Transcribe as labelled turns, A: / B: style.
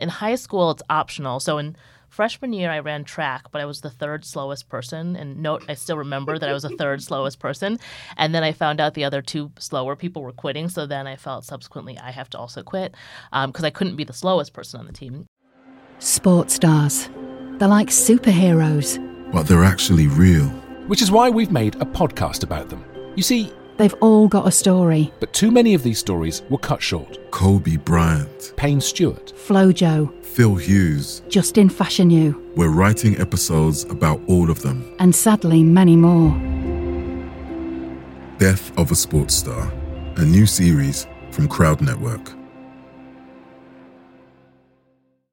A: In high school, it's optional. So in freshman year, I ran track, but I was the third slowest person. And note, I still remember that I was the third slowest person. And then I found out the other two slower people were quitting. So then I felt subsequently I have to also quit because I couldn't be the slowest person on the team.
B: Sports stars. They're like superheroes.
C: But they're actually real.
D: Which is why we've made a podcast about them. You see,
B: They've all got a story.
D: but too many of these stories were cut short.
C: Kobe Bryant,
D: Payne Stewart,
B: Flojo,
C: Phil Hughes.
B: Justin Fashanu,
C: We're writing episodes about all of them.
B: and sadly many more.
C: Death of a Sports Star, a new series from Crowd Network.